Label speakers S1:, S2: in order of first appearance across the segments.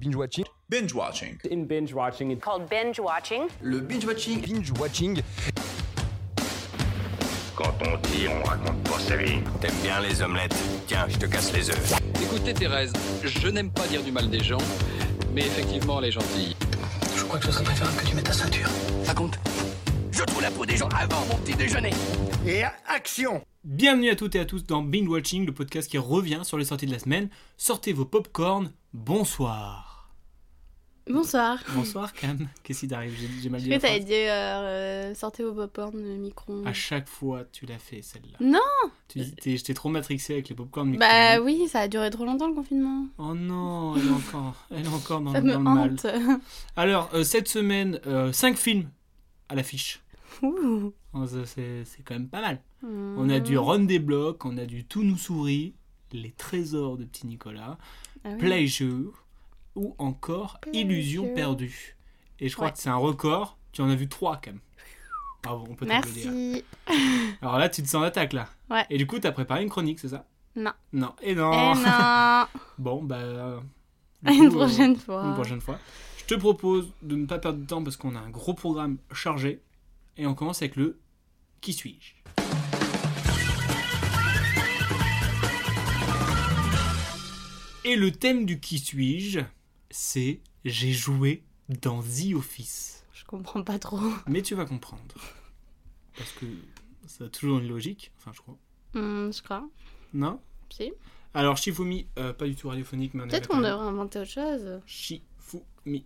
S1: Binge watching.
S2: Binge watching.
S3: In binge watching, it's
S4: called binge watching.
S2: Le binge watching.
S1: Binge watching.
S5: Quand on dit, on raconte pas sa vie. T'aimes bien les omelettes Tiens, je te casse les œufs.
S6: Écoutez Thérèse, je n'aime pas dire du mal des gens, mais effectivement elle est gentille.
S7: Je crois que ce serait préférable que tu mettes ta ceinture.
S8: Ça compte Je trouve la peau des gens avant mon petit déjeuner.
S9: Et action
S10: Bienvenue à toutes et à tous dans Binge Watching, le podcast qui revient sur les sorties de la semaine. Sortez vos popcorn, bonsoir.
S11: Bonsoir.
S10: Bonsoir Cam, qu'est-ce qui t'arrive J'ai mal dit.
S11: Je t'avais dit euh, euh, sortez vos popcorn micro.
S10: À chaque fois, tu l'as fait celle-là.
S11: Non
S10: Tu dis, t'es- j'étais trop matrixé avec les popcorn micro.
S11: Bah oui, ça a duré trop longtemps le confinement.
S10: Oh non, elle est encore, elle est encore dans,
S11: Ça
S10: dans
S11: me
S10: le mal.
S11: hante.
S10: Alors, euh, cette semaine, 5 films à l'affiche.
S11: Ouh.
S10: Oh, ça, C'est c'est quand même pas mal. On a
S11: Mm.
S10: du Run des blocs, on a du Tout nous sourit, Les trésors de petit Nicolas,
S11: Ah oui.
S10: Pleasure ou encore Illusion
S11: Pleasure.
S10: perdue. Et je crois
S11: Ouais.
S10: que c'est un record. Tu en as vu trois quand même. Bravo, on peut t'applaudir.
S11: Merci.
S10: Alors là, tu te sens d'attaque là.
S11: Ouais.
S10: Et du coup, t'as préparé une chronique, c'est ça
S11: Non.
S10: Non. Et non.
S11: Eh non
S10: Bon, bah. euh,
S11: À
S10: du
S11: une
S10: coup, euh,
S11: prochaine fois.
S10: Une prochaine fois. Je te propose de ne pas perdre de temps parce qu'on a un gros programme chargé. Et on commence avec le Qui suis-je Et le thème du Qui suis-je, c'est J'ai joué dans The Office.
S11: Je comprends pas trop.
S10: Mais tu vas comprendre. Parce que ça a toujours une logique, enfin je crois.
S11: Hum, je crois.
S10: Non
S11: Si.
S10: Alors Shifumi, euh, pas du tout radiophonique, mais on avait
S11: Peut-être qu'on
S10: parlé.
S11: devrait inventer autre chose.
S10: Shifumi.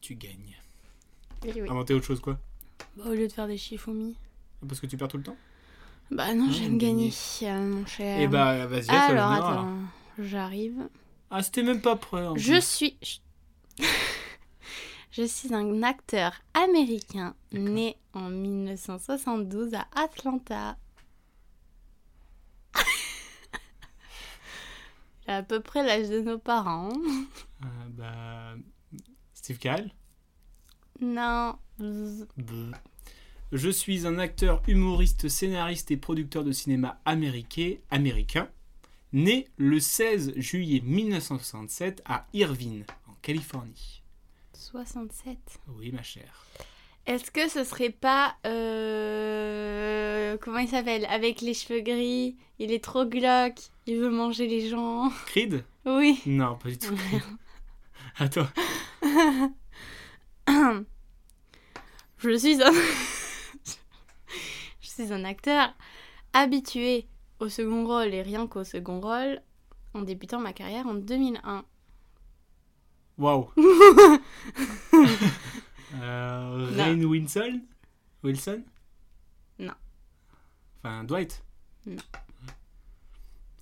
S10: Tu gagnes.
S11: Oui, Eh oui.
S10: Inventer autre chose quoi
S11: Bah, au lieu de faire des chiffoumis.
S10: Parce que tu perds tout le temps
S11: Bah non,
S10: Ah,
S11: j'aime
S10: gagner.
S11: gagner, euh, mon cher.
S10: Eh bah vas-y, à toi
S11: alors
S10: l'honneur, alors.
S11: attends, j'arrive.
S10: Ah, c'était même pas prêt. en
S11: Je
S10: plus.
S11: suis. Je suis un acteur américain né en 1972 à Atlanta. J'ai à peu près l'âge de nos parents.
S10: Euh, bah. Steve Carell
S11: Non. Bzz.
S10: Bleu. Je suis un acteur, humoriste, scénariste et producteur de cinéma américain, américain, né le 16 juillet 1967 à Irvine, en Californie.
S11: 67.
S10: Oui, ma chère.
S11: Est-ce que ce serait pas. euh, Comment il s'appelle Avec les cheveux gris, il est trop glauque, il veut manger les gens.
S10: Creed
S11: Oui.
S10: Non, pas du tout. Attends,
S11: Je suis un... Je suis un acteur habitué au second rôle et rien qu'au second rôle en débutant ma carrière en 2001.
S10: waouh. Euh,
S11: Non.
S10: Rainn Wilson Wilson
S11: Non.
S10: Enfin, Dwight
S11: Non.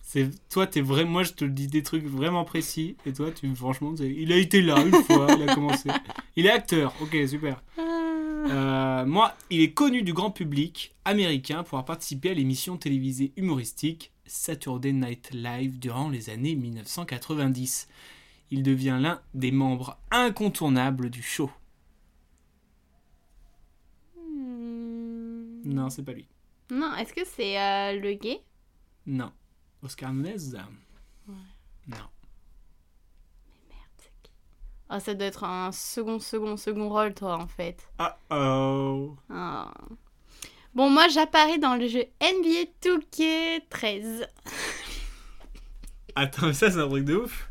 S10: C'est, toi, t'es vrai, moi je te dis des trucs vraiment précis, et toi, tu, franchement, c'est- il a été là une fois, il a commencé. Il est acteur, ok, super. Euh, moi, il est connu du grand public américain pour avoir participé à l'émission télévisée humoristique Saturday Night Live durant les années 1990. Il devient l'un des membres incontournables du show. Non, c'est pas lui.
S11: Non, est-ce que c'est euh, le gay
S10: Non. Oscar Nunez Non.
S11: Ah, ça doit être un second, second, second rôle, toi, en fait.
S10: Ah oh.
S11: Ah. Bon, moi, j'apparais dans le jeu NBA 2K13.
S10: Attends, mais ça c'est un truc de ouf.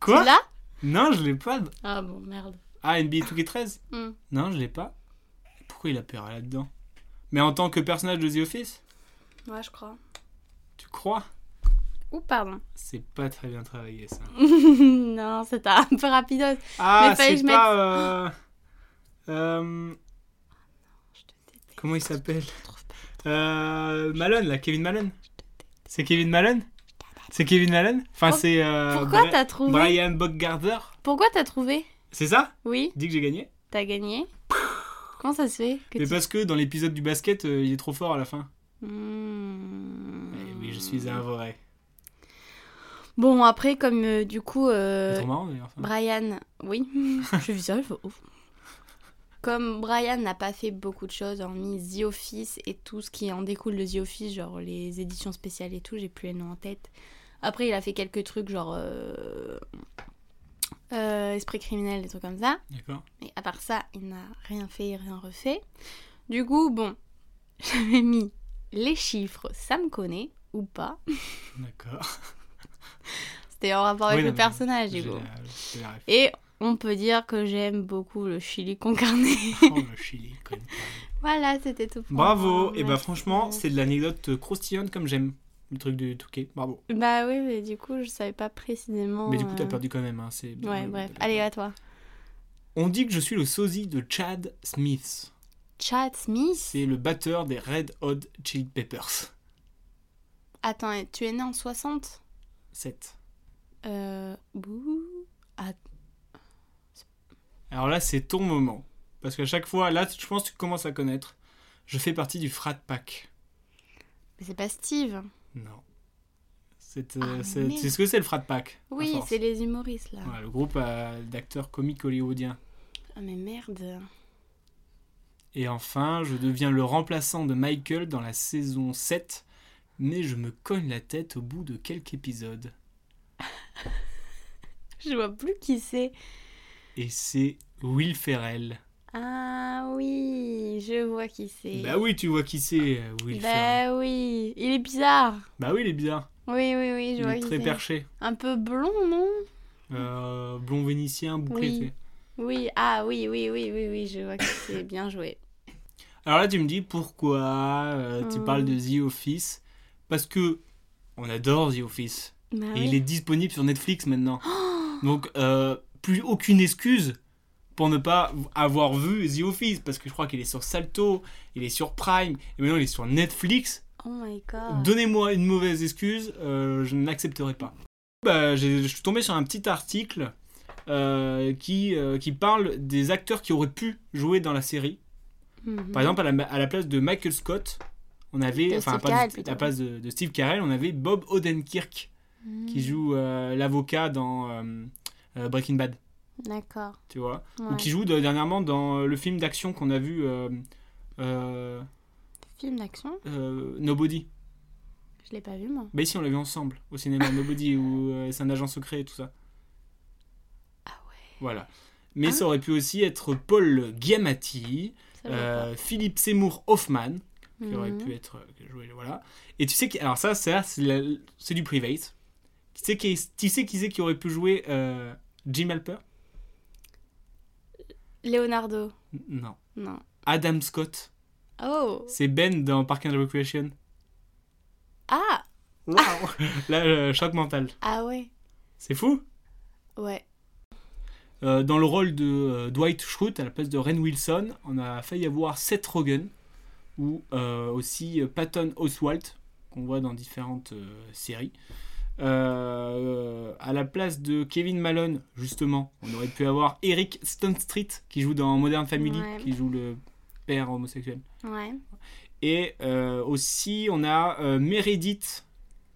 S10: Quoi
S11: Là
S10: Non, je l'ai pas.
S11: Ah bon, merde.
S10: Ah, NBA 2K13
S11: Hmm.
S10: Non, je l'ai pas. Pourquoi il a peur là-dedans Mais en tant que personnage de The Office
S11: Ouais, je crois.
S10: Tu crois
S11: Ou pardon.
S10: C'est pas très bien travaillé ça.
S11: non, c'était un peu rapidos.
S10: Ah,
S11: fallait que
S10: c'est
S11: je
S10: pas. euh, euh,
S11: Je te déteste.
S10: Comment il s'appelle euh, Malone, là, Kevin Malone. C'est Kevin Malone C'est Kevin Malone Enfin,
S11: Pour-
S10: c'est. euh,
S11: Oh, Pourquoi
S10: Bri-
S11: t'as trouvé
S10: Brian Boggarder
S11: Pourquoi t'as trouvé
S10: C'est ça
S11: Oui,
S10: Dis que j'ai gagné
S11: t'as gagné. Comment ça se fait que
S10: Mais
S11: tu-
S10: parce que dans l'épisode du basket, euh, il est trop fort à la fin.
S11: Hmm.
S10: Eh oui, je suis un vrai.
S11: Bon, après, comme euh, du coup,
S10: C'est
S11: euh,
S10: trop marrant d'ailleurs. ça.
S11: Brian... Oui, je suis visuelle, faut- ouf. Comme Brian n'a pas fait beaucoup de choses, hormis The Office et tout ce qui en découle de The Office, genre les éditions spéciales et tout, j'ai plus les noms en tête. Après, il a fait quelques trucs genre euh, euh, Esprit criminel, des trucs comme ça.
S10: D'accord.
S11: Mais à part ça, il n'a rien fait, rien refait. Du coup, bon, j'avais mis les chiffres, ça me connaît ou pas.
S10: D'accord.
S11: C'était en rapport
S10: Oui,
S11: avec
S10: non,
S11: le
S10: mais
S11: personnage,
S10: J'ai
S11: du coup.
S10: la- j'ai la ref.
S11: Et on peut dire que j'aime beaucoup le chili con carne.
S10: Oh, le Chili, quand même.
S11: voilà, c'était tout. pour
S10: Bravo.
S11: moi.
S10: Et bah
S11: Oh, Merci.
S10: franchement, c'est de l'anecdote croustillante comme j'aime. Le truc du Touquet. Bravo.
S11: Bah oui, mais du coup, je savais pas précisément.
S10: Mais du coup, t'as
S11: euh,
S10: perdu quand même. Hein. c'est-
S11: Ouais, bref.
S10: t'as perdu.
S11: Allez, euh, à toi.
S10: On dit que je suis le sosie de Chad Smith.
S11: Chad Smith.
S10: C'est le batteur des Red Hot Chili Peppers.
S11: Attends, et tu es né en 60
S10: 7.
S11: Euh. Bouh. Ah,
S10: Alors là, c'est ton moment. Parce qu'à chaque fois, là, je pense que tu commences à connaître. Je fais partie du Frat Pack.
S11: mais c'est pas Steve.
S10: Non. C'est euh,
S11: Ah,
S10: c'est-
S11: merde.
S10: c'est ce que c'est le Frat Pack. à
S11: Oui,
S10: force.
S11: c'est les humoristes là.
S10: Ouais, le groupe euh, d'acteurs comiques hollywoodiens.
S11: Ah, mais merde.
S10: Et enfin, je deviens le remplaçant de Michael dans la saison 7, mais je me cogne la tête au bout de quelques épisodes.
S11: Je vois plus qui c'est.
S10: Et c'est Will Ferrell.
S11: Ah oui, je vois qui c'est.
S10: Bah oui, tu vois qui c'est, euh, Will Ferrell.
S11: Bah oui, il est bizarre.
S10: Bah oui, il est bizarre.
S11: Oui, oui, oui, je
S10: Il
S11: vois
S10: est
S11: qui
S10: très
S11: c'est.
S10: perché.
S11: Un peu blond, non
S10: Euh, blond vénitien, bouclé.
S11: Oui.
S10: tu sais.
S11: Oui, ah oui, oui, oui, oui, oui, je vois qui c'est. Bien joué.
S10: Alors là, tu me dis pourquoi euh, tu
S11: Hmm.
S10: parles de The Office Parce que on adore The Office.
S11: Bah
S10: Et
S11: oui.
S10: il est disponible sur Netflix maintenant. Donc, euh, plus aucune excuse pour ne pas avoir vu The Office. Parce que je crois qu'il est sur Salto, il est sur Prime, et maintenant il est sur Netflix.
S11: Oh my god.
S10: Donnez-moi une mauvaise excuse, euh, je n'accepterai pas. Bah, j'ai- je suis tombé sur un petit article euh, qui, euh, qui parle des acteurs qui auraient pu jouer dans la série.
S11: Mhm.
S10: Par exemple, à la, à la place de Michael Scott, on avait,
S11: De
S10: enfin,
S11: Steve
S10: pas de-
S11: Carell,
S10: à
S11: plutôt.
S10: la place de, de Steve Carell, on avait Bob Odenkirk
S11: Mhm.
S10: qui joue euh, l'avocat dans euh, euh, Breaking Bad,
S11: D'accord.
S10: tu vois, ou
S11: Ouais.
S10: qui joue de- dernièrement dans euh, le film d'action qu'on a vu euh, euh,
S11: Film d'action
S10: euh, Nobody.
S11: Je l'ai pas vu moi.
S10: Bah ici on l'a vu ensemble au cinéma Nobody où euh, c'est un agent secret et tout ça.
S11: Ah ouais.
S10: Voilà. Mais
S11: Ah.
S10: ça aurait pu aussi être Paul Giamatti,
S11: Ça, je vois
S10: euh, Philippe Seymour Hoffman,
S11: pas.
S10: qui aurait
S11: Mhm.
S10: pu être euh, joué voilà. Et tu sais qui alors ça, ça c'est la- c'est du private. Tu sais qui tu sais qui c'est qui aurait pu jouer euh, Jim Halper
S11: Leonardo.
S10: N- Non.
S11: Non.
S10: Adam Scott.
S11: Oh.
S10: C'est Ben dans Park and Recreation.
S11: Ah
S10: Là, euh, choc mental.
S11: Ah ouais.
S10: C'est fou.
S11: Ouais.
S10: Euh, dans le rôle de euh, Dwight Schrute à la place de Ren Wilson, on a failli avoir Seth Rogen ou euh, aussi euh, Patton Oswalt qu'on voit dans différentes euh, séries. Euh, à la place de Kevin Malone, justement, on aurait pu avoir Eric Stone Street qui joue dans Modern Family,
S11: Ouais.
S10: qui joue le père homosexuel.
S11: Ouais.
S10: Et euh, aussi, on a euh, Meredith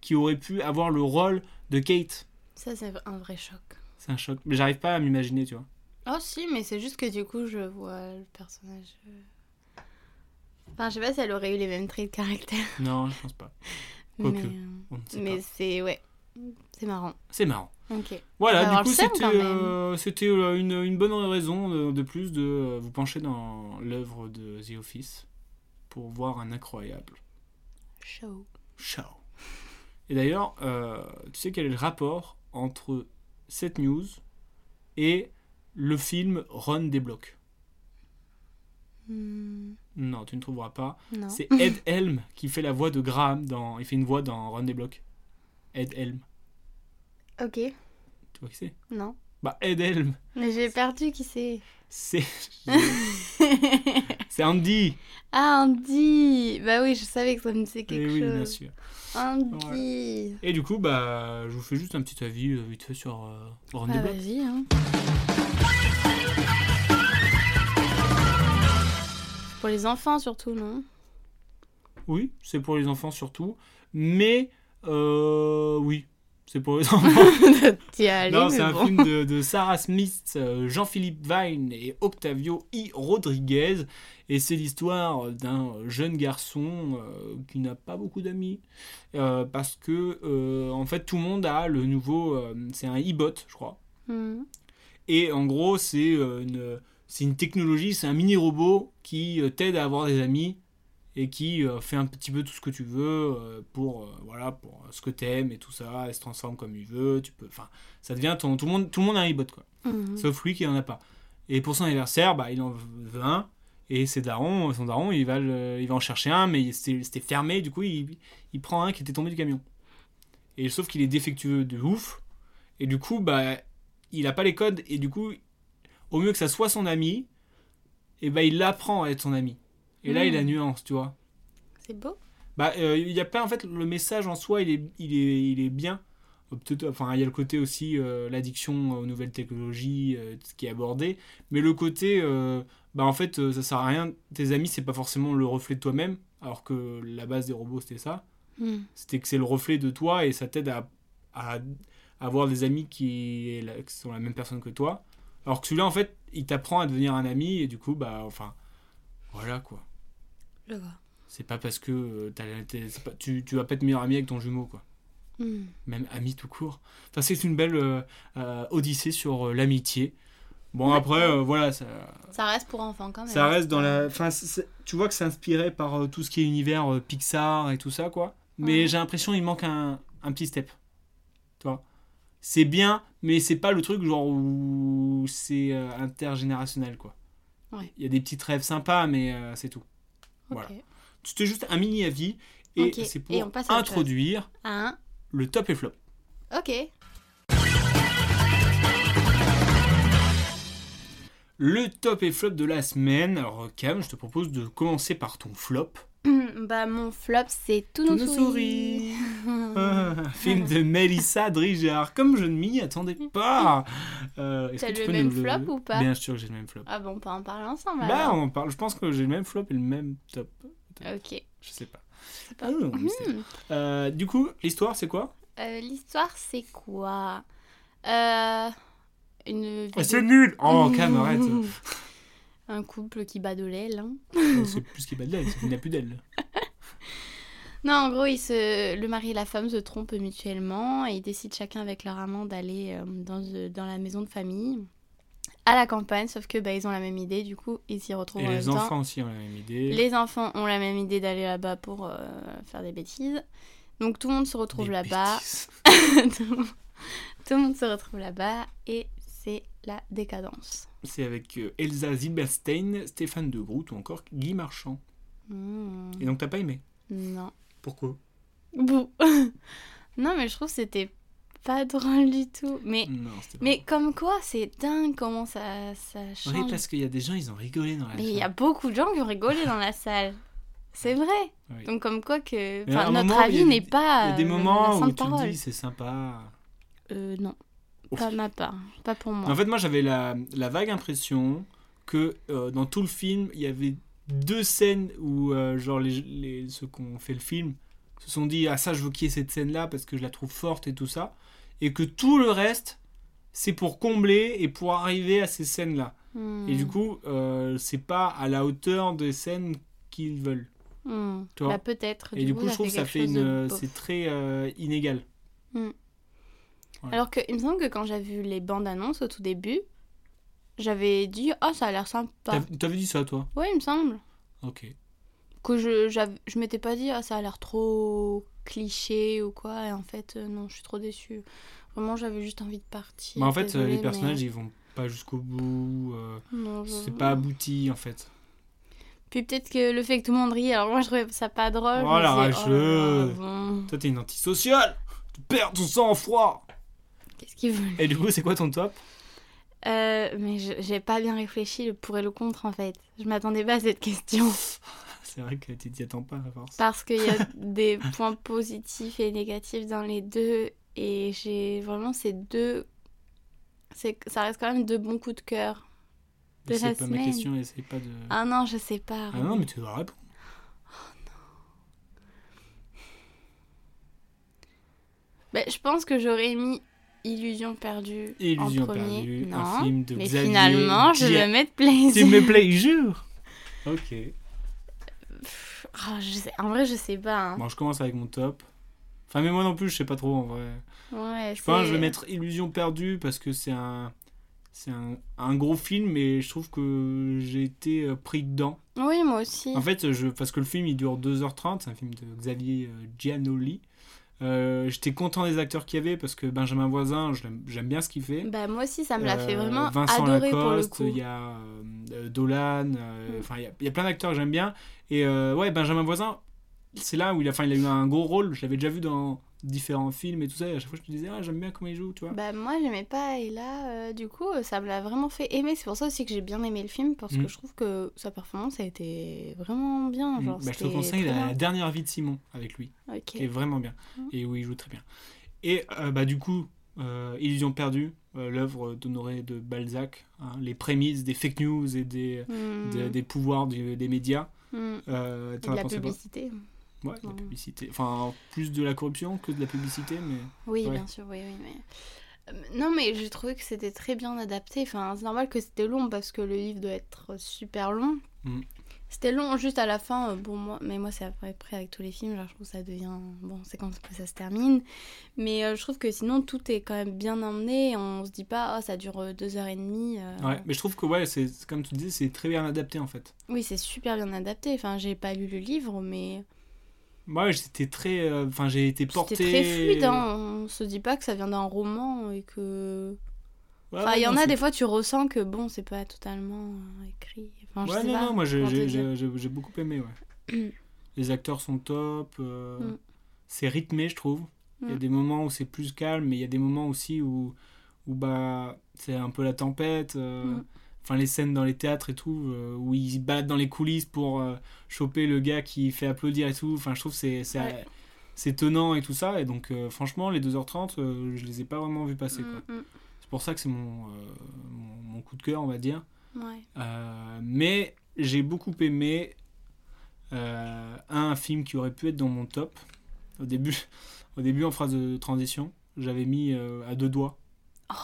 S10: qui aurait pu avoir le rôle de Kate.
S11: Ça, c'est un vrai choc.
S10: C'est un choc. Mais j'arrive pas à m'imaginer, tu vois.
S11: Oh si, mais c'est juste que du coup, je vois le personnage. euh. Enfin, je sais pas si elle aurait eu les mêmes traits de caractère.
S10: Non, je pense pas. Quoique.
S11: Mais, euh,
S10: On ne sait
S11: mais
S10: pas.
S11: c'est... Ouais. C'est marrant.
S10: C'est marrant.
S11: Ok. On va
S10: Voilà, du
S11: avoir
S10: coup,
S11: le seum,
S10: c'était
S11: quand même.
S10: euh, c'était, euh, une, une bonne raison de, de plus de euh, vous pencher dans l'œuvre de The Office pour voir un incroyable
S11: Show.
S10: show. Et d'ailleurs, euh, tu sais quel est le rapport entre cette news et le film Ron débloque
S11: Hmm,
S10: Non, tu ne trouveras pas.
S11: non.
S10: C'est Ed Helm qui fait la voix de Graham dans. Il fait une voix dans Run des blocs. Ed Helm.
S11: Ok.
S10: Tu vois qui c'est
S11: Non.
S10: Bah, Ed Helm,
S11: Mais j'ai perdu qui c'est.
S10: c'est. c'est Andy
S11: ah, Andy Bah oui, je savais que ça me disait
S10: Eh
S11: quelque
S10: oui, bien
S11: chose.
S10: sûr.
S11: Andy
S10: Et du coup, bah, je vous fais juste un petit avis euh, vite fait sur euh, Run des
S11: Bah
S10: blocs.
S11: vas-y, hein. Pour les enfants surtout, non
S10: Oui, c'est pour les enfants surtout. Mais, euh, oui, C'est pour les enfants.
S11: T'y es allé,
S10: non,
S11: mais
S10: c'est un
S11: bon.
S10: film de, de Sarah Smith, euh, Jean-Philippe Vine et Octavio I. Rodriguez. Et c'est l'histoire d'un jeune garçon euh, qui n'a pas beaucoup d'amis. Euh, parce que, euh, en fait, tout le monde a le nouveau. euh, c'est un e-bot, je crois.
S11: Hmm.
S10: Et en gros, c'est euh, une, c'est une technologie, c'est un mini-robot qui euh, t'aide à avoir des amis et qui euh, fait un petit peu tout ce que tu veux euh, pour, euh, voilà, pour euh, ce que t'aimes et tout ça. Elle se transforme comme il veut. Tu peux, enfin, ça devient ton, tout, le monde, tout le monde a un e-bot, quoi.
S11: Mhm.
S10: Sauf lui qui en a pas. Et pour son anniversaire, bah, il en veut un. Et ses darons, son daron, il va, le- il va en chercher un, mais c'était c'était fermé. Du coup, il, il prend un qui était tombé du camion. Et sauf qu'il est défectueux de ouf. Et du coup, bah, il a pas les codes. Et du coup, au mieux que ça soit son ami, et bah, il apprend à être son ami. Et là,
S11: Mm.
S10: il a nuance, tu vois.
S11: C'est beau.
S10: Bah, euh, il y a pas en fait le message en soi, il est, il est, il est bien. Euh, peut-être- Enfin, il y a le côté aussi euh, l'addiction aux nouvelles technologies euh, ce qui est abordé, mais le côté, euh, bah en fait, euh, ça sert à rien. Tes amis, c'est pas forcément le reflet de toi-même, alors que la base des robots c'était ça.
S11: Hmm.
S10: C'était que c'est le reflet de toi et ça t'aide à, à avoir des amis qui, est la- qui sont la même personne que toi. Alors que celui-là, en fait, il t'apprend à devenir un ami et du coup, bah, enfin, voilà quoi.
S11: Je vois.
S10: C'est pas parce que euh, t'as la- t'es- c'est pas- tu, tu vas pas être meilleur ami avec ton jumeau, quoi.
S11: Hmm.
S10: Même ami tout court. Enfin, c'est une belle euh, euh, odyssée sur euh, l'amitié. Bon,
S11: Ouais. Ah,
S10: après, euh, voilà, ça,
S11: Ça reste pour enfants quand même.
S10: ça reste dans la. Enfin, c'est- c'est- tu vois que c'est inspiré par euh, tout ce qui est univers euh, Pixar et tout ça, quoi. Mais
S11: Ouais.
S10: j'ai l'impression il manque un, un petit step. Tu vois C'est bien, mais c'est pas le truc genre où c'est euh, intergénérationnel, quoi. Il
S11: Ouais.
S10: y a des petits rêves sympas, mais euh, c'est tout.
S11: Ok.
S10: Voilà. C'était juste un mini avis et
S11: Ok,
S10: c'est
S11: et
S10: pour
S11: on passe à autre chose.
S10: introduire
S11: Un.
S10: le top et flop.
S11: Hein? Ok.
S10: Le top et flop de la semaine. Alors Cam, je te propose de commencer par ton flop.
S11: bah mon flop c'est tout
S10: Tous
S11: nos
S10: nos
S11: souris.
S10: Ah, film de Mélissa Drijard. Comme je ne m'y attendais pas. Euh, est-ce
S11: T'as
S10: que tu
S11: le
S10: peux
S11: même
S10: nous
S11: flop ou pas
S10: Bien sûr que j'ai le même flop.
S11: ah bon, on peut en parler ensemble.
S10: Bah,
S11: alors.
S10: on en parle. Je pense que j'ai le même flop et le même top.
S11: Ok.
S10: Je sais pas.
S11: pas-
S10: Ah non, mais c'est-
S11: Hmm.
S10: Euh, du coup, l'histoire, c'est quoi
S11: Euh, L'histoire c'est quoi Euh, Une.
S10: Ah,
S11: vidéo-
S10: C'est nul Oh, Cam, arrête
S11: Un couple qui bat de l'aile. hein.
S10: Euh, C'est plus qu'il bat de l'aile, c'est qu'il n'a plus d'aile.
S11: Non, en gros, ils se... le mari et la femme se trompent mutuellement et ils décident chacun avec leur amant d'aller euh, dans, euh, dans la maison de famille à la campagne, sauf que bah, ils ont la même idée, du coup, ils s'y retrouvent
S10: Et
S11: en
S10: les
S11: même temps.
S10: enfants aussi ont la même idée.
S11: Les enfants ont la même idée d'aller là-bas pour euh, faire des bêtises. Donc tout le monde se retrouve
S10: Des
S11: là-bas.
S10: bêtises.
S11: tout le monde- tout le monde se retrouve là-bas et c'est la décadence.
S10: C'est avec euh, Elsa Zilberstein, Stéphane De Groot ou encore Guy Marchand.
S11: Hmm,
S10: Et donc t'as pas aimé
S11: non.
S10: Pourquoi
S11: Bouh. non, mais je trouve que c'était pas drôle du tout. Mais,
S10: Non, c'était pas
S11: mais comme quoi, c'est dingue comment ça, ça
S10: drôle. Oui,
S11: change.
S10: parce qu'il y a des gens, ils ont rigolé dans la
S11: mais il y a
S10: salle.
S11: beaucoup de gens qui ont rigolé dans la salle. C'est vrai.
S10: Oui.
S11: Donc comme quoi que
S10: Mais à
S11: enfin,
S10: un
S11: notre
S10: moment, il y a
S11: avis
S10: des-
S11: n'est pas
S10: Il y a des
S11: euh, la
S10: moments où
S11: sainte
S10: tu te
S11: parole.
S10: dis c'est sympa.
S11: Euh, non.
S10: Ouf.
S11: Pas ma part. Pas pour moi.
S10: En fait, moi j'avais la, la vague impression que euh, dans tout le film, il y avait deux scènes où euh, genre les, les- ceux qui ont fait le film se sont dit Ah, ça, je veux qu'il y ait cette scène-là parce que je la trouve forte et tout ça. Et que tout le reste, c'est pour combler et pour arriver à ces scènes-là.
S11: Hmm.
S10: Et du coup, euh, c'est pas à la hauteur des scènes qu'ils veulent.
S11: Hmm.
S10: tu vois.
S11: Bah, peut-être.
S10: Et du coup, je trouve que ça
S11: quelque
S10: fait
S11: chose de
S10: une.
S11: beau.
S10: C'est très euh, inégal. ouais.
S11: Alors que, il me semble que quand j'ai vu les bandes annonces au tout début, j'avais dit oh ça a l'air sympa.
S10: T'avais t'avais dit ça, toi
S11: Ouais, il me semble
S10: Ok. Bah,
S11: que je j'av- je m'étais pas dit ah ça a l'air trop cliché ou quoi. Et en fait euh, non, je suis trop déçue. Vraiment, j'avais juste envie de partir.
S10: Bah, en fait, euh,
S11: désolée,
S10: les
S11: mais-
S10: personnages, ils vont pas jusqu'au bout. euh,
S11: Non, je-
S10: c'est pas abouti, en fait.
S11: Puis peut-être que le fait que tout le monde rit, alors moi je trouvais ça pas drôle. je
S10: Oh, la
S11: me disais, oh là là,
S10: rageuse.
S11: bon,
S10: Toi, t'es une antisociale Tu perds ton sang-froid
S11: Qu'est-ce qu'ils veulent
S10: Et du coup, c'est quoi ton top
S11: Euh, mais je- j'ai pas bien réfléchi le pour et le contre en fait. Je m'attendais pas à cette question
S10: C'est vrai que tu t'y attends pas, à force.
S11: parce qu'il y a des points positifs et négatifs dans les deux et j'ai vraiment ces deux. C'est ça reste quand même deux bons coups de cœur. de la
S10: Essaye pas ma
S11: semaine.
S10: question, essaye pas de.
S11: Ah non, je sais pas.
S10: Ah non, mais tu dois répondre.
S11: Bah, je pense que j'aurais mis Illusion perdue
S10: Illusion
S11: en premier.
S10: perdue,
S11: non.
S10: un film de
S11: mais
S10: Xavier
S11: finalement, je vais
S10: Dia-
S11: me mettre plaisir.
S10: Tu me plais, jure Ok.
S11: Pff, oh, je sais- En vrai, je sais pas. hein.
S10: Bon, je commence avec mon top. Enfin, mais moi non plus, je sais pas trop en vrai.
S11: Ouais,
S10: Je pense que je vais
S11: c'est-
S10: mettre Illusion perdue parce que c'est un c'est un, un gros film et je trouve que j'ai été euh, pris dedans.
S11: Oui, moi aussi.
S10: En fait, je parce que le film il dure 2h30, c'est un film de Xavier euh, Giannoli. Euh, j'étais content des acteurs qu'il y avait parce que Benjamin Voisin, je l'aime- j'aime bien ce qu'il fait.
S11: Bah, moi aussi, ça me l'a fait
S10: Euh,
S11: vraiment
S10: Vincent
S11: adorer
S10: Lacoste,
S11: pour le
S10: il
S11: coup.
S10: y a euh, Dolan, euh,
S11: Mm.
S10: enfin il y a- il y, a plein d'acteurs que j'aime bien. Et euh, ouais, Benjamin Voisin, c'est là où il a, enfin, il a eu un gros rôle, je l'avais déjà vu dans différents films et tout ça, et à chaque fois je te disais, ah j'aime bien comment il joue, tu vois.
S11: Bah, moi, j'aimais pas. Et là, euh, du coup, ça me l'a vraiment fait aimer. C'est pour ça aussi que j'ai bien aimé le film parce
S10: Mm.
S11: que je trouve que sa performance a été vraiment bien.
S10: Mm.
S11: Genre,
S10: Bah, je te
S11: c'était
S10: conseille
S11: très
S10: la dernière vie de Simon avec lui,
S11: bien. Ok.
S10: qui est vraiment bien,
S11: Mm.
S10: et où il joue très bien. Et euh, bah du coup, euh, Illusion perdue, euh, l'œuvre d'Honoré de Balzac, hein, les prémices des fake news et des,
S11: Mm.
S10: des, des pouvoirs du- des médias.
S11: Mm.
S10: Euh,
S11: Et
S10: t'en
S11: de
S10: as
S11: la
S10: pensé quoi
S11: publicité.
S10: Ouais, de la
S11: Ouais.
S10: publicité. Enfin, plus de la corruption que de la publicité, mais.
S11: Oui,
S10: Ouais.
S11: bien sûr, oui, oui. Mais... Euh, Non, mais j'ai trouvé que c'était très bien adapté. Enfin, c'est normal que c'était long parce que le livre doit être super long.
S10: Mm.
S11: C'était long juste à la fin. euh, Bon, moi, mais moi, c'est à peu près avec tous les films. Genre, je trouve que ça devient. Bon, c'est quand que ça se termine. Mais euh, je trouve que sinon, tout est quand même bien emmené. On se dit pas, oh, ça dure euh, deux heures et demie. euh.
S10: Ouais, mais je trouve que, ouais, c'est c'est comme tu dis, c'est très bien adapté en fait.
S11: Oui, c'est super bien adapté. Enfin, j'ai pas lu le livre, mais
S10: Moi, j'étais très. euh, Enfin, j'ai été porté.
S11: c'était très fluide. Hein. On se dit pas que ça vient d'un roman et que.
S10: Ouais,
S11: Enfin,
S10: Ah ouais,
S11: il y en
S10: non,
S11: a
S10: c'est-
S11: des fois, tu ressens que bon, c'est pas totalement euh, écrit. Enfin, je
S10: Ouais,
S11: sais
S10: non,
S11: pas
S10: non, moi j'ai
S11: comment te
S10: j'ai-
S11: dire.
S10: j'ai- j'ai- j'ai beaucoup aimé, ouais. Les acteurs sont top. euh,
S11: Mm.
S10: C'est rythmé, je trouve. Il y a
S11: Mm.
S10: des moments où c'est plus calme, mais il y a des moments aussi où, où bah, c'est un peu la tempête. euh,
S11: Mm.
S10: Enfin, les scènes dans les théâtres et tout, euh, où ils se battent dans les coulisses pour euh, choper le gars qui fait applaudir et tout. Enfin, je trouve que c'est c'est-
S11: Ouais.
S10: c'est tenant et tout ça. Et donc, euh, franchement, les 2h30, euh, je les ai pas vraiment vus passer. quoi.
S11: Mm,
S10: C'est pour ça que c'est mon, euh, mon, mon coup de cœur, on va dire.
S11: mm, ouais.
S10: Euh, mais j'ai beaucoup aimé euh, un film qui aurait pu être dans mon top. Au début, au début en phrase de transition, j'avais mis euh, à deux doigts.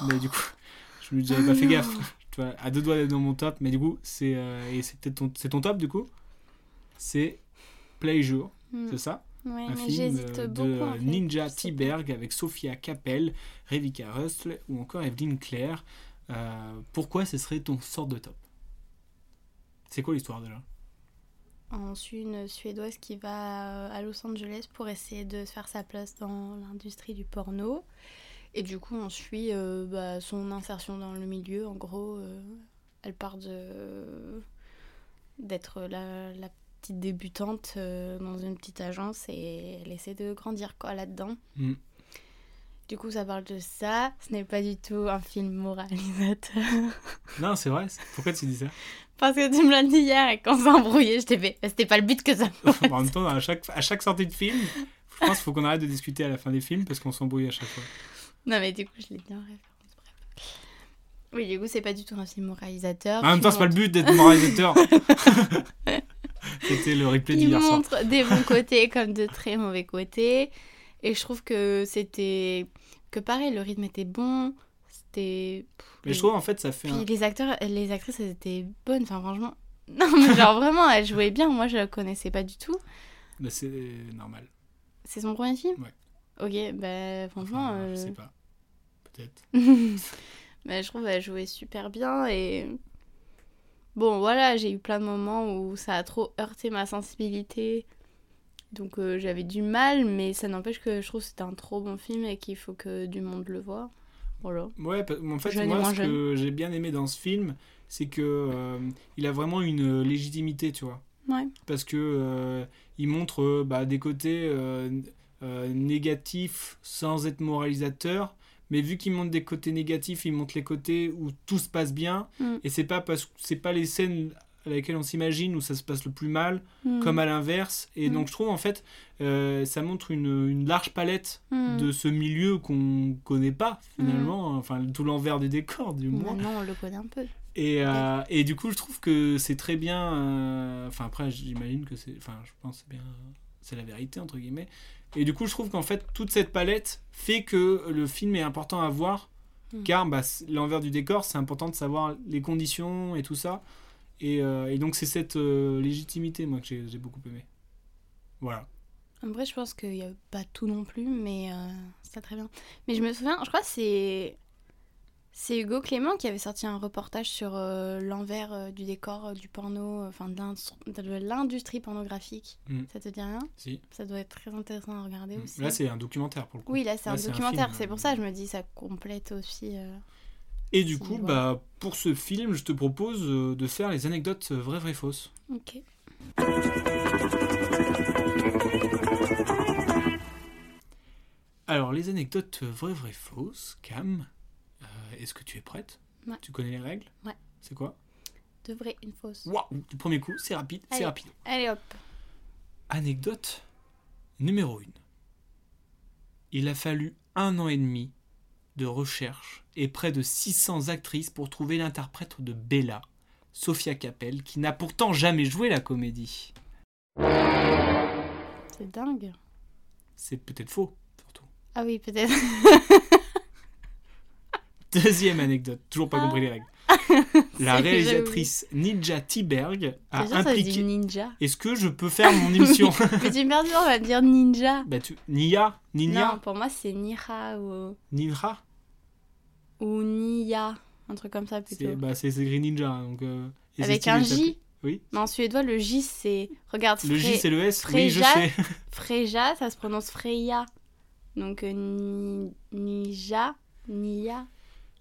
S10: Mais du coup, je me j'avais pas fait gaffe. Tu vois, à deux doigts d'être dans mon top. Mais du coup, c'est euh, et c'est peut-être ton, c'est ton top du coup. C'est Play Jour,
S11: Mm.
S10: c'est ça
S11: Ouais,
S10: un
S11: mais
S10: film
S11: j'hésite
S10: euh,
S11: beaucoup.
S10: de
S11: en fait.
S10: Ninja
S11: Je sais pas.
S10: Tiberg avec Sophia Capel, Revika Rustle ou encore Evelyn Claire. Euh, pourquoi ce serait ton sort de top C'est quoi l'histoire déjà
S11: On suit une Suédoise qui va euh, à Los Angeles pour essayer de se faire sa place dans l'industrie du porno. Et du coup, on suit euh, bah, son insertion dans le milieu. En gros, euh, elle part de d'être la, la petite débutante euh, dans une petite agence et elle essaie de grandir quoi là-dedans.
S10: Mm.
S11: Du coup, ça parle de ça. Ce n'est pas du tout un film moralisateur.
S10: Non, c'est vrai. c'est- Pourquoi tu dis ça
S11: Parce que tu me l'as dit hier et quand on s'est embrouillé, je t'ai fait. C'était pas le but que ça.
S10: Bon, En même temps, à chaque, à chaque sortie de film, je pense qu'il faut qu'on arrête de discuter à la fin des films parce qu'on s'embrouille à chaque fois.
S11: Non, mais du coup, je l'ai bien référence. Bref. Oui, du coup, c'est pas du tout un film moralisateur.
S10: en même
S11: qui
S10: temps, c'est pas le but d'être moralisateur. C'était le replay
S11: Il
S10: d'hier soir.
S11: montre des bons côtés comme de très mauvais côtés. Et je trouve que c'était. Que pareil, le rythme était bon. C'était.
S10: Mais je trouve en fait, ça fait un.
S11: Puis les acteurs, les actrices, elles étaient bonnes. Enfin, franchement. Non, mais genre vraiment, elle jouait bien. Moi, je la connaissais pas du tout.
S10: Bah, c'est euh, normal.
S11: C'est son premier film
S10: Ouais.
S11: Ok, bah, franchement.
S10: Enfin, Je
S11: euh,
S10: sais pas. Peut-être.
S11: Mais je trouve qu'elle jouait super bien et. Bon, voilà, j'ai eu plein de moments où ça a trop heurté ma sensibilité. Donc euh, j'avais du mal, mais ça n'empêche que je trouve que c'est un trop bon film et qu'il faut que du monde le voit. Voilà.
S10: Ouais, pa- en fait,
S11: Jeune et
S10: moi,
S11: moins
S10: ce que j'ai bien aimé dans ce film, c'est que euh, il a vraiment une légitimité, tu vois.
S11: Ouais.
S10: Parce que euh, il montre euh, bah, des côtés euh, euh, négatifs sans être moralisateur. Mais vu qu'il montre des côtés négatifs, il montre les côtés où tout se passe bien.
S11: Mm.
S10: Et c'est pas parce c'est pas les scènes à laquelle on s'imagine où ça se passe le plus mal, comme à l'inverse. Et
S11: Mm.
S10: donc je trouve en fait, euh, ça montre une, une large palette
S11: Mm.
S10: de ce milieu qu'on connaît pas finalement, hein, enfin tout l'envers des décors du
S11: Bon,
S10: moins.
S11: Hmm. Maintenant, on le connaît un peu.
S10: Et, euh, et du coup, je trouve que c'est très bien. euh, Enfin après, j'imagine que c'est, enfin je pense que c'est bien c'est la vérité entre guillemets. Et du coup, je trouve qu'en fait, toute cette palette fait que le film est important à voir,
S11: Mm.
S10: car bah, c- l'envers du décor, c'est important de savoir les conditions et tout ça. Et, euh, et donc, c'est cette euh, légitimité, moi, que j'ai j'ai beaucoup aimé. Voilà.
S11: En vrai, je pense qu'il n'y a pas tout non plus, mais euh, c'est très bien. Mais je me souviens, je crois que c'est. C'est Hugo Clément qui avait sorti un reportage sur euh, l'envers euh, du décor euh, du porno, euh, enfin de l'instru- de l'industrie pornographique.
S10: Mm.
S11: Ça te dit rien
S10: Si.
S11: Ça doit être très intéressant à regarder aussi.
S10: Là, c'est un documentaire pour le coup.
S11: oui, là c'est
S10: là,
S11: un
S10: c'est un
S11: documentaire,
S10: film,
S11: c'est
S10: euh.
S11: pour ça je me dis ça complète aussi. euh.
S10: Et du
S11: C'est
S10: coup,
S11: vrai.
S10: bah, pour ce film, je te propose euh, de faire les anecdotes euh, vraies, vraies, fausses.
S11: Ok.
S10: Alors, les anecdotes euh, vraies, vraies, fausses, Cam, euh, est-ce que tu es prête
S11: Ouais.
S10: Tu connais les règles
S11: Ouais.
S10: C'est quoi
S11: De vrai, une fausse.
S10: Waouh Du premier coup, c'est rapide, c'est
S11: Allez.
S10: rapide.
S11: Allez hop.
S10: Anecdote numéro 1. Il a fallu un an et demi de recherche et près de 600 actrices pour trouver l'interprète de Bella, Sofia Capel, qui n'a pourtant jamais joué la comédie.
S11: C'est dingue.
S10: C'est peut-être faux, surtout.
S11: Ah oui, peut-être.
S10: Deuxième anecdote, toujours pas compris les règles. La
S11: Ah, C'est que j'ai
S10: réalisatrice Ninja Tiberg a
S11: Bien sûr, ça se dit
S10: impliqué.
S11: ninja.
S10: Est-ce que je peux faire mon émission
S11: Mais tu me perds, on va dire ninja.
S10: Bah tu... Nia
S11: Non,
S10: Ninia
S11: pour moi c'est Nira ou,
S10: Ninra
S11: ou Nia, un truc comme ça
S10: C'est
S11: plutôt.
S10: bah, c'est- c'est écrit Ninja. hein, Donc, euh,
S11: Avec
S10: hésitez
S11: un
S10: de taper.
S11: J.
S10: Oui.
S11: Mais en suédois le J c'est regarde
S10: Le J,
S11: Fre-
S10: c'est le S Oui, je
S11: Freja.
S10: sais.
S11: Freja, ça se prononce Freya. Donc euh, Ni- Nija, Nia.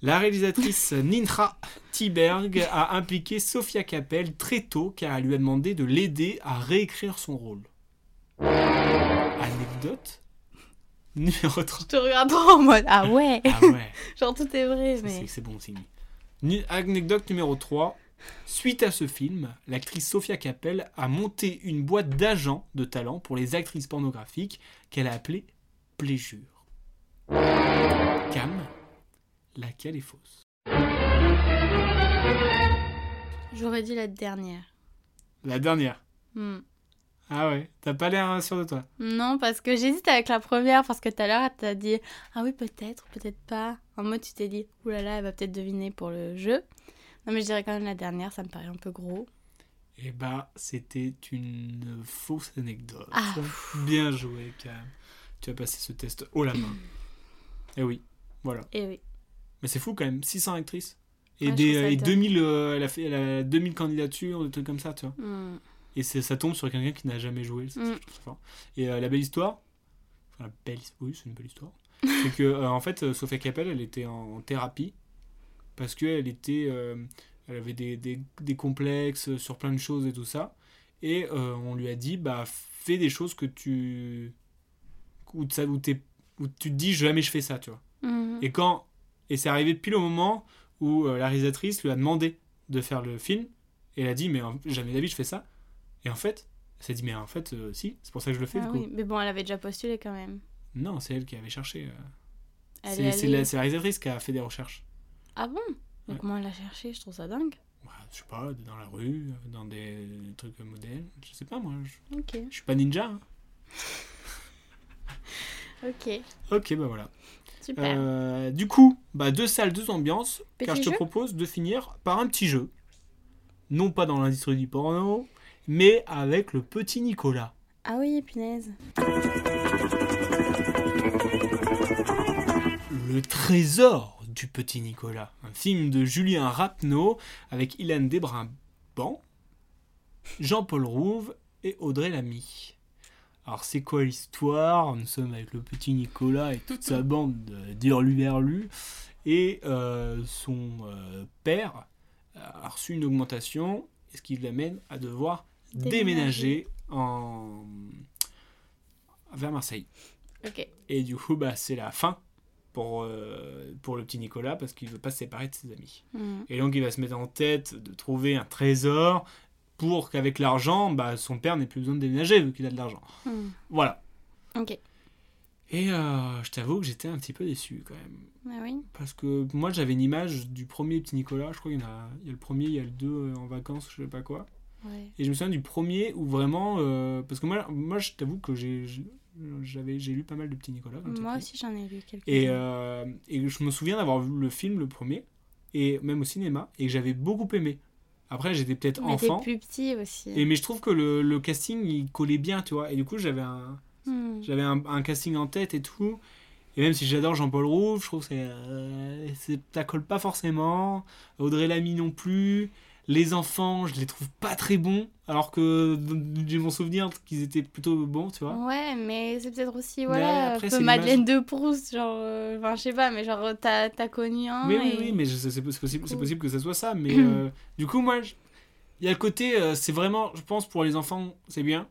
S10: La réalisatrice Ninra Tiberg a impliqué Sofia Capel très tôt car elle lui a demandé de l'aider à réécrire son rôle. Anecdote numéro 3.
S11: Je te regarde trop en mode ah ouais,
S10: Ah ouais.
S11: genre tout est vrai
S10: Ça,
S11: mais
S10: C'est c'est bon signe. Nu- Anecdote numéro 3. Suite à ce film, l'actrice Sofia Capel a monté une boîte d'agents de talent pour les actrices pornographiques qu'elle a appelée Pléjure. Cam, laquelle est fausse
S11: j'aurais dit la dernière.
S10: La dernière.
S11: Hmm.
S10: Ah ouais, t'as pas l'air sûr de toi.
S11: Non, parce que j'hésite avec la première, parce que tout à l'heure, t'as dit Ah oui, peut-être, peut-être pas. En mode, tu t'es dit Ouh là là, elle va peut-être deviner pour le jeu. Non, mais je dirais quand même la dernière, ça me paraît un peu gros.
S10: Eh bah, c'était une fausse anecdote.
S11: Ah.
S10: Bien joué, Cam. Tu as passé ce test haut la main. Eh oui, voilà.
S11: Et oui.
S10: Mais c'est fou quand même, 600 actrices. Et,
S11: Ouais, je
S10: des,
S11: trouve ça
S10: et
S11: étonnant.
S10: 2000, euh, elle, a fait, elle a 2000 candidatures, des trucs comme ça, tu vois.
S11: Hmm.
S10: Et c'est- ça tombe sur quelqu'un qui n'a jamais joué. ça,
S11: Mm.
S10: je trouve ça fort. Et euh, la belle histoire, enfin, la belle, oui, c'est une belle histoire, c'est que, euh, en fait, euh, Sophia Capel, elle était en, en thérapie parce qu'elle était, euh, elle avait des, des- des complexes euh, sur plein de choses et tout ça. Et euh, on lui a dit, bah, fais des choses que tu. où, ça- où t'es- où tu te dis, jamais je fais ça, tu vois.
S11: Mhm.
S10: Et quand et c'est arrivé pile au moment où euh, la réalisatrice lui a demandé de faire le film et elle a dit mais en- jamais d'avis je fais ça. Et en fait, elle s'est dit mais en fait euh, si, c'est pour ça que je le fais
S11: Ah
S10: du coup.
S11: oui, mais bon, elle avait déjà postulé quand même.
S10: Non, c'est elle qui avait cherché. euh.
S11: Elle
S10: C'est
S11: est
S10: c'est
S11: allée-
S10: la, c'est la réalisatrice qui a fait des recherches.
S11: Ah bon Mais
S10: Ouais.
S11: comment elle l'a cherché Je trouve ça dingue.
S10: Ouais, Bah, je sais pas, dans la rue, dans des trucs modèles, je sais pas moi, je,
S11: Ok.
S10: je suis pas ninja. hein.
S11: Ok,
S10: OK, bah voilà.
S11: super.
S10: Euh, du coup, bah, deux salles, deux ambiances,
S11: Petit
S10: car je te
S11: jeu
S10: propose de finir par un petit jeu. Non pas dans l'industrie du porno, mais avec le petit Nicolas.
S11: Ah oui, punaise.
S10: Le trésor du petit Nicolas, un film de Julien Rapneau avec Ilan Desbrabant, Jean-Paul Rouve et Audrey Lamy. Alors c'est quoi l'histoire Nous sommes avec le petit Nicolas et toute sa bande de- d'hurluberlus et euh, son euh, père a reçu une augmentation, ce qui l'amène à devoir déménager,
S11: Déménager.
S10: en... vers Marseille.
S11: Ok.
S10: Et du coup, bah, c'est la fin pour, euh, pour le petit Nicolas parce qu'il veut pas se séparer de ses amis.
S11: Hmm.
S10: Et donc, il va se mettre en tête de trouver un trésor pour qu'avec l'argent, bah, son père n'ait plus besoin de déménager vu qu'il a de l'argent.
S11: Hmm.
S10: Voilà.
S11: Ok.
S10: Et euh, je t'avoue que j'étais un petit peu déçu quand même.
S11: Ah oui
S10: Parce que moi, j'avais une image du premier petit Nicolas. Je crois qu'il y en a, il y a le premier, il y a le deux euh, en vacances, je sais pas quoi.
S11: Ouais.
S10: Et je me souviens du premier où vraiment. euh, parce que moi, moi je t'avoue que j'ai j'ai- j'avais- j'ai lu pas mal de petits Nicolas. quand j'étais
S11: Moi
S10: petit.
S11: aussi, j'en ai lu quelques
S10: Et, euh, et je me souviens d'avoir vu le film, le premier, et même au cinéma, et que j'avais beaucoup aimé. Après, j'étais peut-être
S11: Mais t'es
S10: enfant.
S11: plus petit aussi.
S10: Et, mais je trouve que le, le casting, il collait bien, tu vois. Et du coup, j'avais un,
S11: Hmm.
S10: j'avais un, un casting en tête et tout. Et même si j'adore Jean-Paul Rouve, je trouve que c'est, euh, c'est- ça colle pas forcément. Audrey Lamy non plus. Les enfants, je les trouve pas très bons. Alors que j'ai mon souvenir qu'ils étaient plutôt bons, tu vois.
S11: Ouais, mais c'est peut-être aussi,
S10: Mais
S11: voilà,
S10: après,
S11: un
S10: c'est
S11: peu
S10: l'image.
S11: Madeleine de Proust, genre, euh, enfin, je sais pas, mais genre, t'as t'as connu un.
S10: Mais oui,
S11: et-
S10: oui, mais je- c'est c'est possible, c'est
S11: coup-
S10: possible que ça soit ça. Mais
S11: Hum.
S10: euh, du coup, moi, je- il y a le côté, euh, c'est vraiment, je pense, pour les enfants, c'est bien.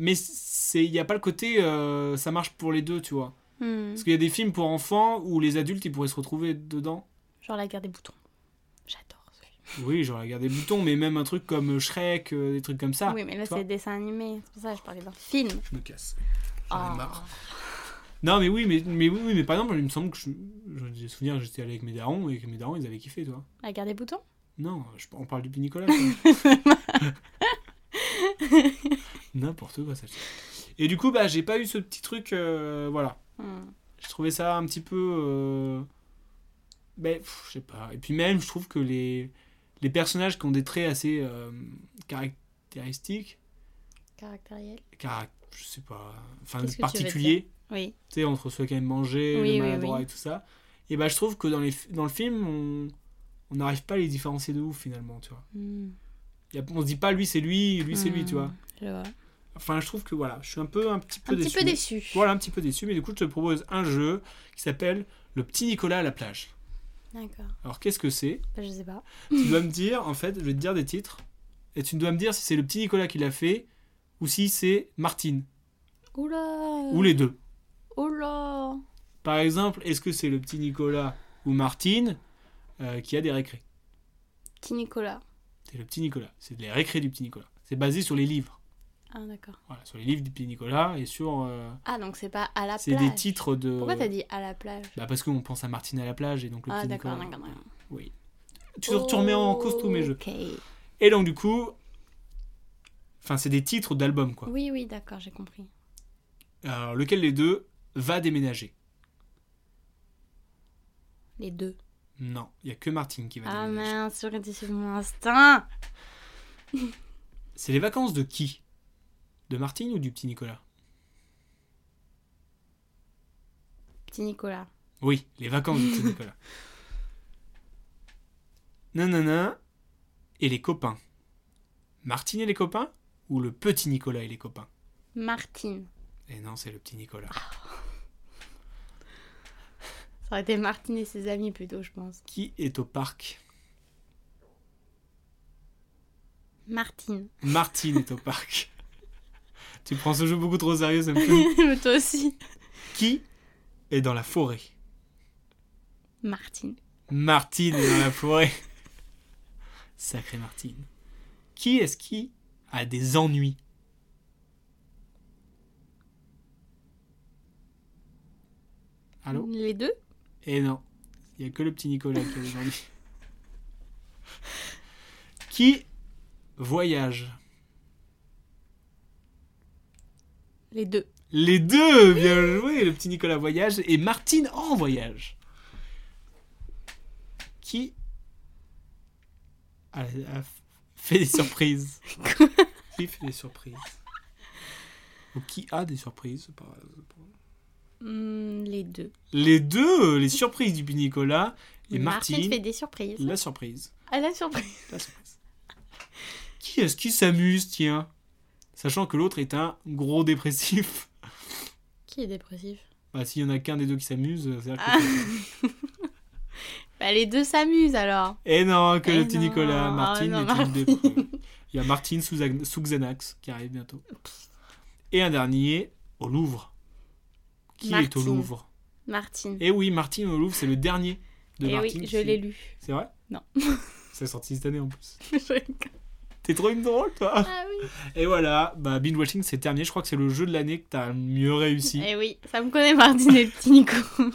S10: Mais c'est- il n'y a pas le côté, euh, ça marche pour les deux, tu vois.
S11: Hmm.
S10: Parce qu'il y a des films pour enfants où les adultes, ils pourraient se retrouver dedans.
S11: Genre, la guerre des boutons. J'adore ce film.
S10: Oui, genre, regarde des boutons, mais même un truc comme Shrek, euh, des trucs comme ça.
S11: oui, mais là,
S10: tu vois.
S11: c'est dessin animé, c'est pour ça que je parlais d'un film.
S10: Je me casse.
S11: Ah.
S10: Non, mais oui, mais, mais oui, oui, mais par exemple, il me semble que je, je j'ai souvenir, j'étais allé avec mes darons et que mes darons, ils avaient kiffé, toi.
S11: La guerre des boutons
S10: Non, je- on parle du Nicolas. quoi. N'importe quoi, ça. Et du coup, bah, j'ai pas eu ce petit truc. euh, voilà.
S11: Hmm.
S10: Je trouvais ça un petit peu. euh, ben, pff, je sais pas. Et puis, même, je trouve que les, les personnages qui ont des traits assez euh, caractéristiques,
S11: Caractériel
S10: carac- je sais pas. Enfin,
S11: Qu'est-ce que tu veux
S10: particuliers,
S11: Oui.
S10: tu sais, entre ceux qui aiment manger,
S11: Oui,
S10: le
S11: oui,
S10: maladroit
S11: oui.
S10: et tout ça. Et bah, je trouve que dans, les, fi- dans le film, on- on n'arrive pas à les différencier de ouf, finalement, tu vois.
S11: Hmm.
S10: Y a- on se dit pas lui c'est lui, lui c'est lui, tu vois.
S11: Je vois.
S10: Enfin, je trouve que voilà, je suis un peu un petit peu
S11: Un
S10: déçu.
S11: petit peu déçu.
S10: Voilà, un petit peu déçu, mais du coup, je te propose un jeu qui s'appelle Le petit Nicolas à la plage.
S11: D'accord.
S10: Alors, qu'est-ce que c'est
S11: Bah, je sais pas.
S10: Tu dois me dire, en fait, je vais te dire des titres, et tu dois me dire si c'est le petit Nicolas qui l'a fait ou si c'est Martine,
S11: Oula
S10: ou les deux.
S11: Oula
S10: Par exemple, est-ce que c'est le petit Nicolas ou Martine euh, qui a des récrés
S11: Petit Nicolas.
S10: C'est le petit Nicolas, c'est les récrés du petit Nicolas. C'est basé sur les livres.
S11: Ah, d'accord.
S10: Voilà, sur les livres du petit Nicolas et sur. euh,
S11: Ah, donc c'est pas à la plage.
S10: c'est des titres euh, de.
S11: Pourquoi t'as dit à la plage
S10: Bah parce qu'on pense à Martine à la plage et donc le
S11: Ah,
S10: petit
S11: d'accord,
S10: Nicolas.
S11: d'accord, Oh. d'accord.
S10: Tu, tu remets en cause tous mes jeux.
S11: Ok.
S10: Et donc du coup, enfin c'est des titres d'albums quoi.
S11: Oui, oui, d'accord, j'ai compris.
S10: Alors lequel des deux va déménager
S11: Les deux.
S10: Non, il y a que Martine qui va
S11: Ah
S10: déménager.
S11: mince, j'aurais dû suivre mon instinct.
S10: C'est les vacances de qui De Martine ou du petit Nicolas
S11: Petit Nicolas.
S10: Oui, les vacances du petit Nicolas. Nanana. Et les copains. Martine et les copains ou le petit Nicolas et les copains
S11: Martine.
S10: Et non, c'est le petit Nicolas.
S11: Ça aurait été Martine et ses amis plutôt, je pense.
S10: Qui est au parc
S11: Martine.
S10: Martine est au parc. tu prends ce jeu beaucoup trop au sérieux, ça me fait.
S11: Mais Toi aussi.
S10: Qui est dans la forêt
S11: Martine.
S10: Martine est dans la forêt. Sacré Martine. Qui est-ce qui a des ennuis Allô
S11: Les deux
S10: Eh non, il n'y a que le petit Nicolas qui a des ennuis. Qui voyage
S11: Les deux.
S10: Les deux, bien joué, le petit Nicolas voyage et Martine en voyage. Qui a, a fait des surprises Qui fait des surprises Ou qui a des surprises c'est pas- c'est pas-
S11: Hmm, les deux.
S10: Les deux, les surprises du petit Nicolas et
S11: Martine,
S10: Martine,
S11: fait des surprises.
S10: la surprise.
S11: À Ah, la surprise.
S10: La surprise. Qui est-ce qui s'amuse, tiens Sachant que l'autre est un gros dépressif.
S11: Qui est dépressif
S10: Bah, s'il y en a qu'un des deux qui s'amuse, c'est-à-dire que
S11: Ah. Bah, les deux s'amusent alors.
S10: Et non, que
S11: Eh
S10: le petit
S11: non,
S10: Nicolas,
S11: ah
S10: Martine
S11: non,
S10: est une des plus. Il y a Martine sous, sous Xanax qui arrive bientôt. Et un dernier, au Louvre. Qui est au
S11: Martine.
S10: Louvre
S11: Martine.
S10: Eh oui, Martine au Louvre, c'est le dernier de
S11: Eh
S10: Martine.
S11: oui, je
S10: qui-
S11: l'ai lu.
S10: C'est vrai
S11: Non.
S10: c'est sorti cette année en plus.
S11: Je rigole.
S10: T'es trop une drôle, toi
S11: ah oui.
S10: Et voilà, bah, binge watching, c'est terminé. Je crois que c'est le jeu de l'année que t'as le mieux réussi.
S11: Eh oui, ça me connaît Martine et le petit Nico.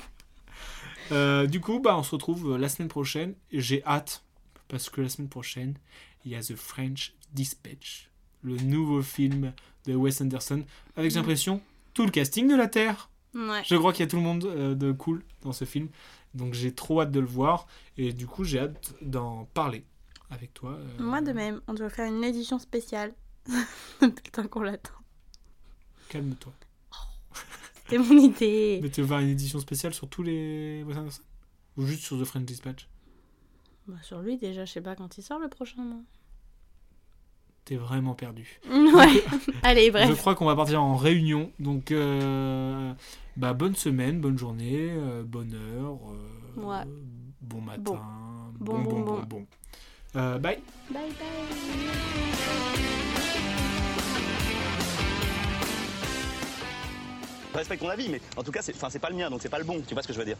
S10: Euh, du coup, bah, on se retrouve euh, la semaine prochaine. J'ai hâte, parce que la semaine prochaine, il y a The French Dispatch, le nouveau film de Wes Anderson, avec j'ai l'impression tout le casting de la Terre.
S11: Ouais.
S10: Je crois qu'il y a tout le monde euh, de cool dans ce film, donc j'ai trop hâte de le voir et du coup j'ai hâte d'en parler avec toi. euh,
S11: Moi de même, on doit faire une édition spéciale. Depuis le temps qu'on l'attend.
S10: Calme-toi.
S11: C'était mon idée.
S10: Mais tu vas une édition spéciale sur tous les Wes Anderson ou juste sur The French Dispatch
S11: Bah, sur lui déjà, je sais pas quand il sort le prochain mois.
S10: T'es vraiment perdu.
S11: Ouais. Allez,
S10: Je
S11: bref.
S10: crois qu'on va partir en réunion. Donc, euh, bah, bonne semaine, bonne journée, euh, bonne heure, euh,
S11: Ouais.
S10: bon matin,
S11: Bon.
S10: bon, bon, bon, bon. Euh, bye.
S11: Bye bye.
S1: Je respecte ton avis, mais en tout cas, c'est enfin, c'est pas le mien, donc c'est pas le bon. Tu vois ce que je veux dire